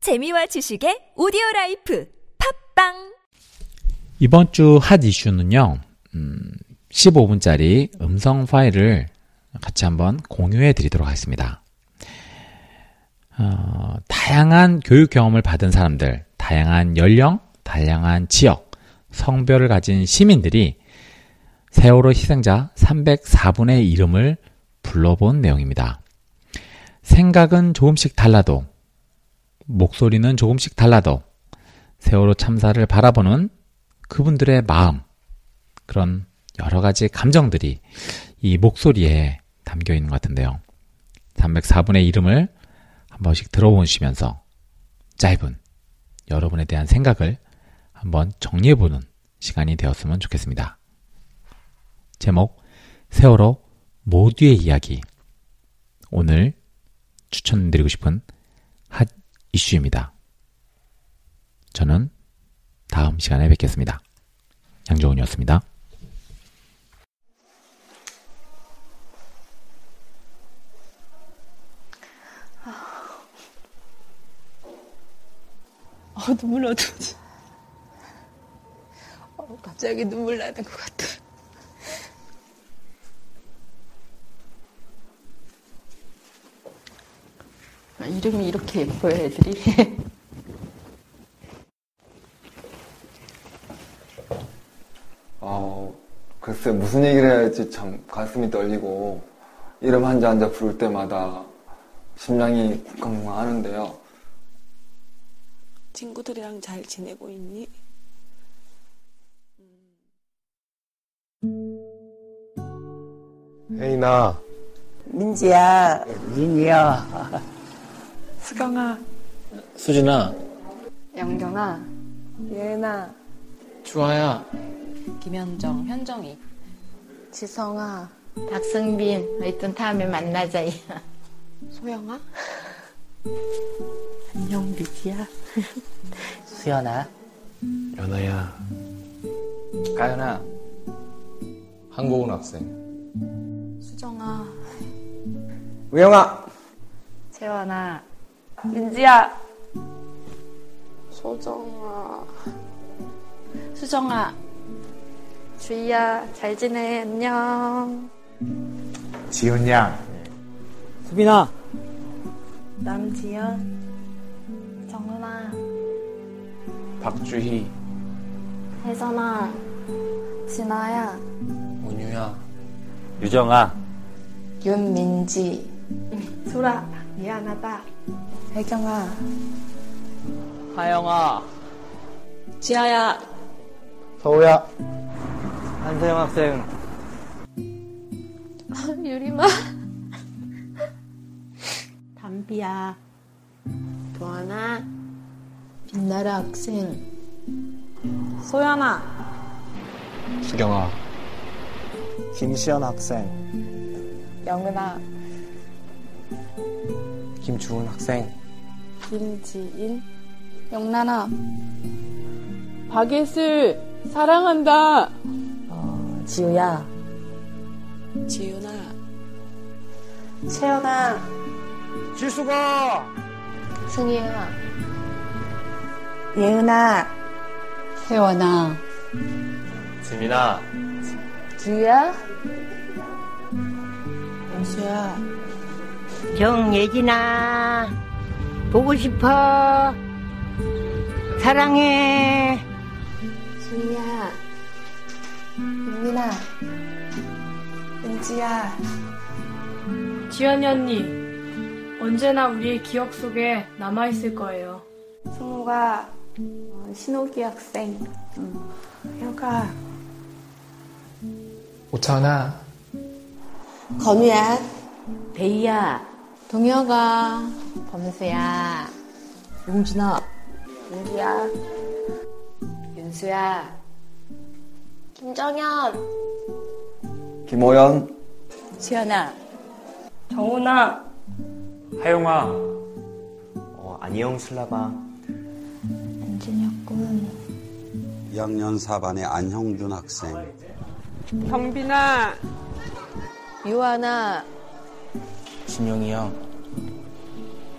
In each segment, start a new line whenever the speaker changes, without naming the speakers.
재미와 지식의 오디오 라이프 팝빵
이번 주 핫 이슈는요, 음, 15분짜리 음성 파일을 같이 한번 공유해 드리도록 하겠습니다. 어, 다양한 교육 경험을 받은 사람들, 다양한 연령, 다양한 지역, 성별을 가진 시민들이 세월호 희생자 304분의 이름을 불러본 내용입니다. 생각은 조금씩 달라도, 목소리는 조금씩 달라도, 세월호 참사를 바라보는 그분들의 마음, 그런 여러 가지 감정들이 이 목소리에 담겨 있는 것 같은데요. 304분의 이름을 한 번씩 들어보시면서 짧은 여러분에 대한 생각을 한번 정리해보는 시간이 되었으면 좋겠습니다. 제목, 세월호 모두의 이야기. 오늘 추천드리고 싶은 핫 이슈입니다. 저는 다음 시간에 뵙겠습니다. 양정훈이었습니다.
아 눈물 나지. 어, 갑자기 눈물 나는 것 같아. 아, 이름이 이렇게 예뻐요 애들이.
아, 글쎄 무슨 얘기를 해야 할지 참 가슴이 떨리고 이름 한자 한자 부를 때마다 심장이 쿵쾅쿵쾅 하는데요.
친구들이랑 잘 지내고 있니?
혜인아
민지야,
민이야,
수경아,
수진아
영경아,
예은아,
주아야
김현정, 현정이.
지성아,
박승빈, 하여튼 다음에 만나자.
소영아,
안녕 민지야,
수연아,
연아야 가연아 한국은 학생
수정아,
우영아
채원아,
민지야,
소정아,
수정아,
주희야, 잘 지내, 안녕.
지훈 양
수빈아,
남지연, 정은아,
박주희
혜선아, 진아야,
온유야
유정아,
윤민지, 소라, 미안하다, 혜경아,
하영아,
지아야,
서우야
한서영 학생,
유리마,
담비야,
도하나,
빛나라 학생,
소연아,
수경아
김시연 학생,
영은아,
김주훈 학생
김지인,
영란아,
박예슬, 사랑한다.
지우야,
지윤아,
채연아,
지수가,
승희야, 예은아,
세원아,
지민아
주희야, 영수야,
정예진아, 보고 싶어, 사랑해.
수희야, 윤민아, 은지야,
지연이 언니, 언제나 우리의 기억 속에 남아있을 거예요.
승우가, 어, 신호기 학생, 혁아,
오찬아
건우야,
베이야, 동혁아, 범수야,
용진아, 은지야, 윤수야, 김정현,
김호연,
수연아,
정훈아,
하영아 어, 안녕 슬라바
학년 4반의 안형준 학생.
경빈아,
유아나,
진영이 형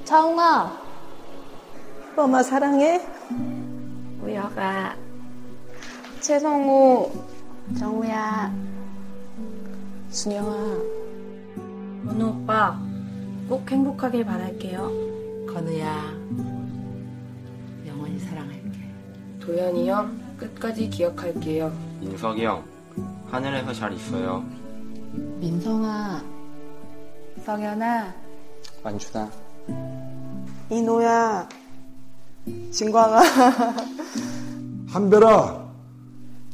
차홍아,
뻔마 사랑해.
우혁아. 최성우. 정우야.
준영아.
원우 오빠 꼭 행복하길 바랄게요.
건우야. 영원히 사랑할게.
도현이 형 끝까지 기억할게요.
민석이 형 하늘에서 잘 있어요.
민성아.
성현아.
만추다.
이노야. 진광아.
한별아.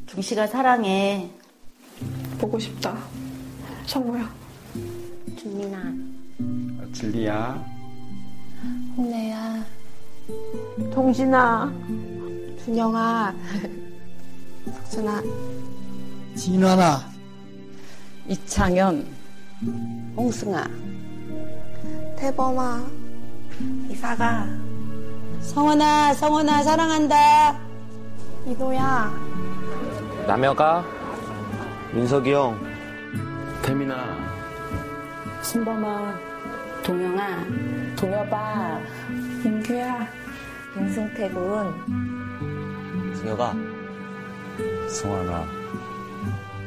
중시가 사랑해.
보고 싶다. 성우야.
준민아.
진리야.
홍래야.
동진아. 준영아. 석준아.
진환아.
이창현. 홍승아.
태범아. 이사가.
성원아, 성원아, 사랑한다.
이노야.
남혁아. 민석이 형. 태민아.
신범아. 동영아. 동여봐. 민규야. 윤승태군.
준혁아. 승환아.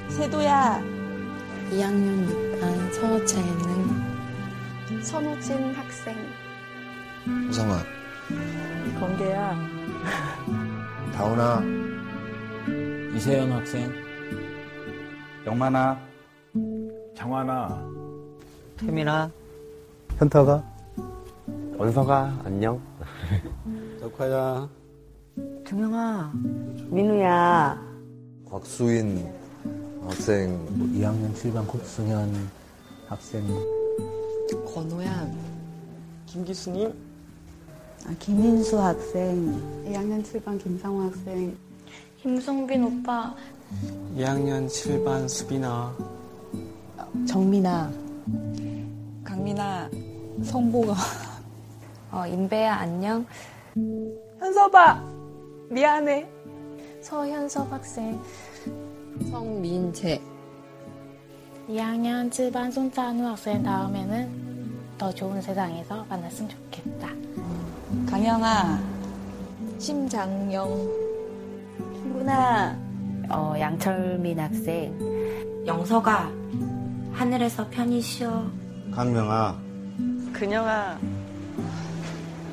세도야. 2학년 6반 서호차 예능. 선우진 학생.
우성아.
건대야.
다운아.
이세현 학생.
영만아. 장환아.
태민아.
현타가.
원서가 안녕.
덕화야.
동영아. 민우야.
곽수인 학생.
2학년 7반 국승현 학생.
권호야.
김기수님.
김인수 학생.
2학년 7반 김상호 학생.
김성빈 오빠
2학년 7반 수빈아.
정민아.
강민아.
성보가. 어, 임배야, 안녕.
현서봐. 미안해.
서현섭 학생.
성민재.
2학년 7반 손찬우 학생 다음에는 더 좋은 세상에서 만났으면 좋겠다.
강영아. 심장영.
누나. 어, 양철민 학생.
영서가.
하늘에서 편히 쉬어.
강명아.
그녀가.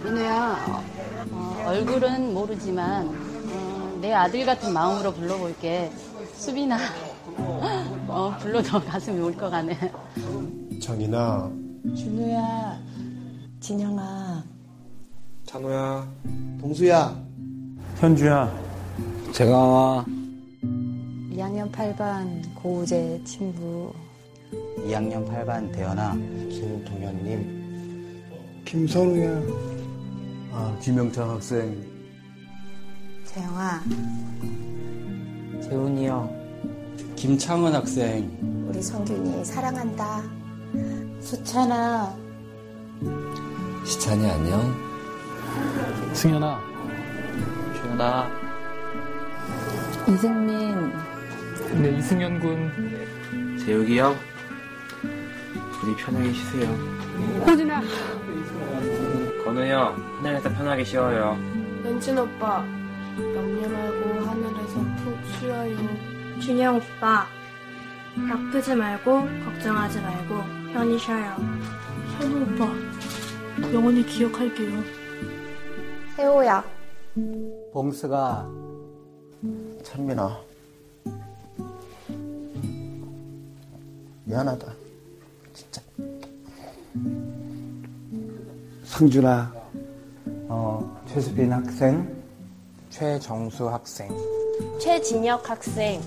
민우야. 어, 얼굴은 모르지만 어, 내 아들 같은 마음으로 불러볼게. 수빈아. 어, 불러도 가슴이 울 것 같네.
정인아.
준우야. 진영아.
찬호야.
동수야.
현주야.
제가
2학년 8반 고우재 친구.
2학년 8반 대현아.
김동현님.
김선우야.
아, 김영창 학생.
재영아.
재훈이 형. 김창은 학생.
우리 성균이 사랑한다. 수찬아.
시찬이 안녕.
승현아.
준아.
이승민.
네, 이승현 군. 재욱이 형. 둘이 편하게 쉬세요.
호진아.
건우 형, 하늘에서 편하게 쉬어요.
연진 오빠. 염려 말고 하늘에서 푹 쉬어요.
준영 오빠 아프지 말고 걱정하지 말고 편히 쉬어요. 현우 오빠 영원히 기억할게요.
세호야.
봉수가. 찬민아. 미안하다.
승준아. 어, 최수빈 학생.
최정수 학생.
최진혁 학생.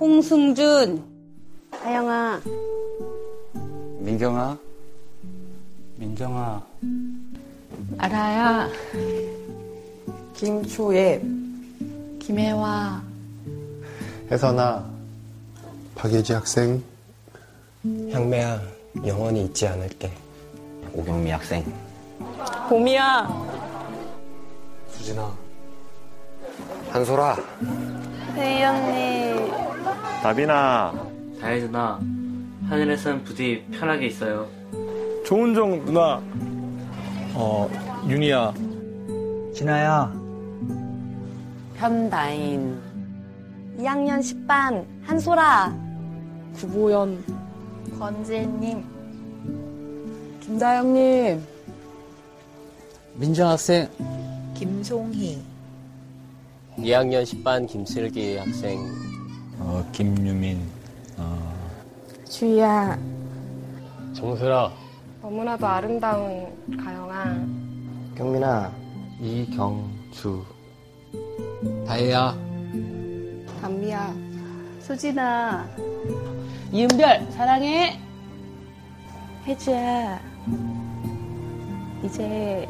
홍승준. 하영아.
민경아. 민경아.
아라야.
김초예.
김혜화.
혜선아. 박예지 학생.
향매야, 영원히 잊지 않을게. 오경미 학생.
봄이야.
수진아. 한소라.
세희 언니.
다빈아. 다혜 누나. 하늘에선 부디 편하게 있어요. 조은정 누나.
어, 윤희야.
진아야.
편다인
2학년 10반 한소라 구보연
권지혜님
김다영님
민정 학생
김송희
2학년 10반 김슬기 학생
어, 김유민 어,
주희야
정수라
너무나도 아름다운 가영아
경민아 이경주 다혜야
담비야 수진아
이은별 사랑해.
혜주야 이제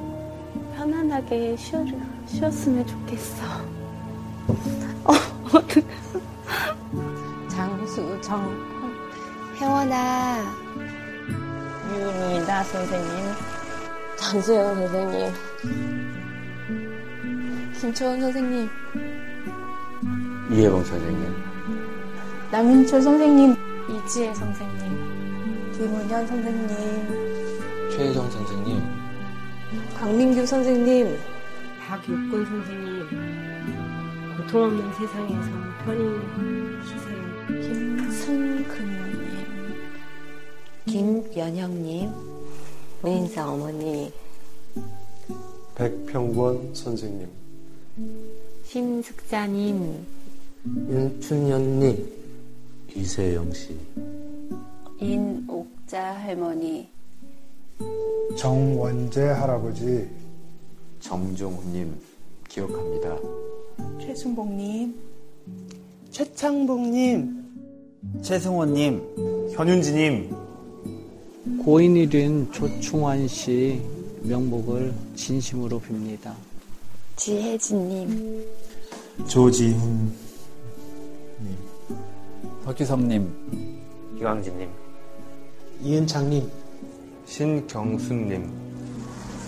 편안하게 쉬어, 쉬었으면 좋겠어
어,
장수정 혜원아 유미다 선생님
장수영 선생님
김초원 선생님
이해봉 선생님.
남윤철 선생님 이지혜 선생님 김은현 선생님
최혜정 선생님
박민규 선생님
박육근 선생님 고통 없는 세상에서 편히 쉬세요.
김순금님 김연영님 노인사 어머니
백평권 선생님.
심숙자님
일춘 언니. 이세영 씨.
인옥자 할머니
정원재 할아버지. 정종훈님 기억합니다.
최순복님, 최창복님,
최승원님, 현윤지님,
고인일인 조충환 씨 명복을 진심으로 빕니다.
지혜진님
조지훈,
박기섭님 이광진님
이은창님,
신경순님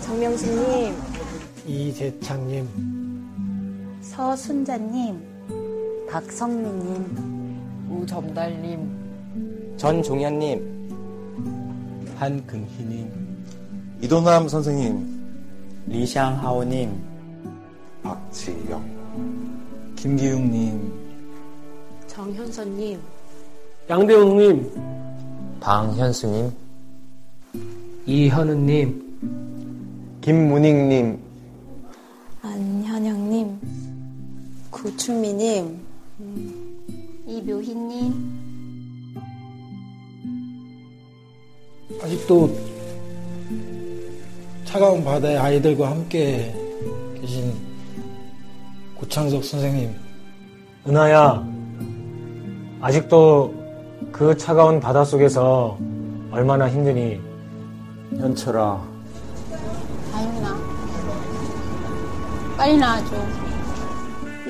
정명수님
이재창님.
서순자님 박선미님
우점달님
전종현님
한금희님,
이도남 선생님,
리샹하오님, 박지영, 김기웅님,
정현선님
양대웅님 방현수님 이현우님 김문익님
안현영님 구추미님 이묘희님
아직도 차가운 바다의 아이들과 함께 계신 고창석 선생님.
은하야, 아직도 그 차가운 바다 속에서 얼마나 힘드니?
현철아,
다영이나 빨리 나와줘.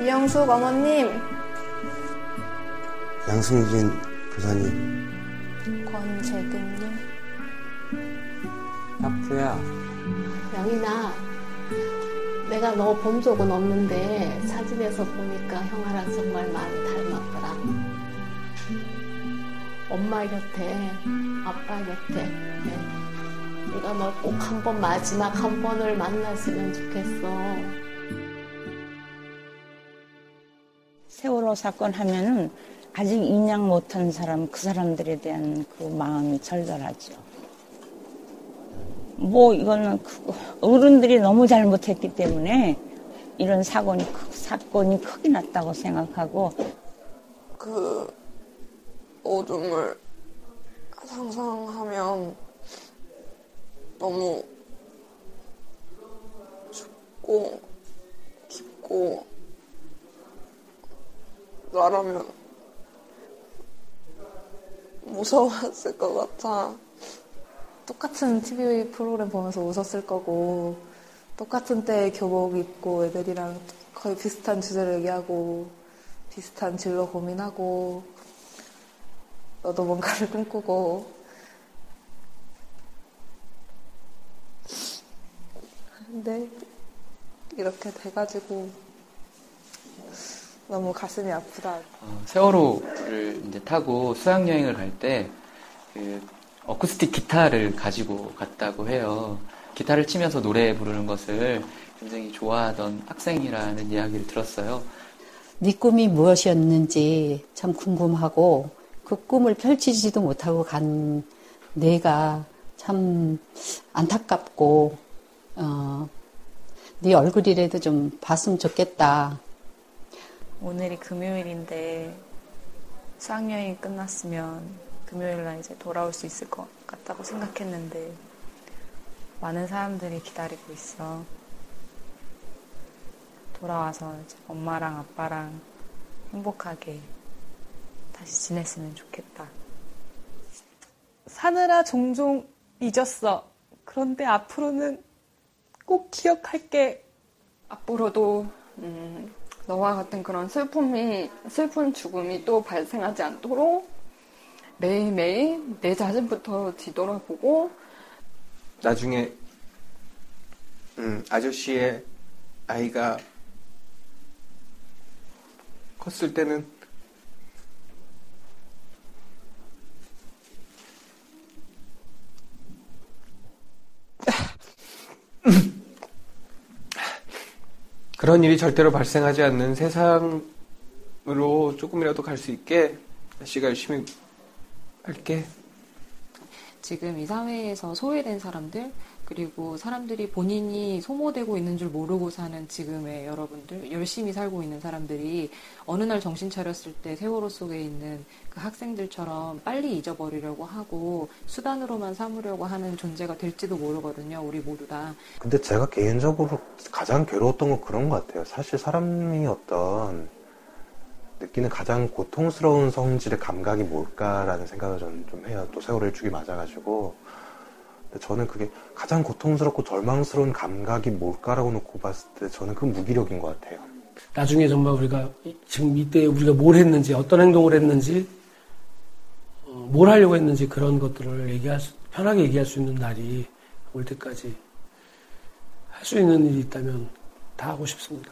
이영숙 어머님
양승진 교사님.
권재근님
하프야
영희나 내가 너 본 적은 없는데 사진에서 보니까 형아랑 정말 많이 닮았더라 엄마 곁에 아빠 곁에 네. 네가 너 꼭 한 번 마지막 한 번을 만났으면 좋겠어
세월호 사건 하면은 아직 인양 못한 사람, 그 사람들에 대한 그 마음이 절절하죠. 뭐 이거는 그 어른들이 너무 잘못했기 때문에 이런 사건이 크- 사건이 크게 났다고 생각하고
그 어둠을 상상하면 너무 춥고 깊고 나라면 무서웠을 것 같아.
똑같은 TV 프로그램 보면서 웃었을 거고 똑같은 때 교복 입고 애들이랑 거의 비슷한 주제를 얘기하고 비슷한 진로 고민하고 너도 뭔가를 꿈꾸고 근데 이렇게 돼가지고 너무 가슴이 아프다.
세월호를 이제 타고 수학여행을 갈 때, 그 어쿠스틱 기타를 가지고 갔다고 해요.
기타를 치면서 노래 부르는 것을 굉장히 좋아하던 학생이라는 이야기를 들었어요.
네 꿈이 무엇이었는지 참 궁금하고 그 꿈을 펼치지도 못하고 간 내가 참 안타깝고 어, 네 얼굴이라도 좀 봤으면 좋겠다.
오늘이 금요일인데 수학여행이 끝났으면 금요일날 이제 돌아올 수 있을 것 같다고 생각했는데 많은 사람들이 기다리고 있어. 돌아와서 이제 엄마랑 아빠랑 행복하게 다시 지냈으면 좋겠다.
사느라 종종 잊었어. 그런데 앞으로는 꼭 기억할게.
앞으로도 음, 너와 같은 그런 슬픔이 슬픈 죽음이 또 발생하지 않도록 매일매일 내 자신부터 뒤돌아보고
나중에 음, 아저씨의 아이가 컸을 때는 그런 일이 절대로 발생하지 않는 세상으로 조금이라도 갈 수 있게 아저씨가 열심히 할게.
지금 이 사회에서 소외된 사람들, 그리고 사람들이 본인이 소모되고 있는 줄 모르고 사는 지금의 여러분들, 열심히 살고 있는 사람들이 어느 날 정신 차렸을 때 세월호 속에 있는 그 학생들처럼 빨리 잊어버리려고 하고 수단으로만 삼으려고 하는 존재가 될지도 모르거든요, 우리 모두 다.
근데 제가 개인적으로 가장 괴로웠던 건 그런 것 같아요. 사실 사람이 어떤 느끼는 가장 고통스러운 성질의 감각이 뭘까라는 생각을 저는 좀 해요. 또 세월호 일축이 맞아가지고. 근데 저는 그게 가장 고통스럽고 절망스러운 감각이 뭘까라고 놓고 봤을 때 저는 그 무기력인 것 같아요.
나중에 정말 우리가 지금 이때 우리가 뭘 했는지 어떤 행동을 했는지 어, 뭘 하려고 했는지 그런 것들을 얘기할 수, 편하게 얘기할 수 있는 날이 올 때까지 할 수 있는 일이 있다면 다 하고 싶습니다.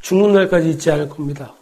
죽는 날까지 잊지 않을 겁니다.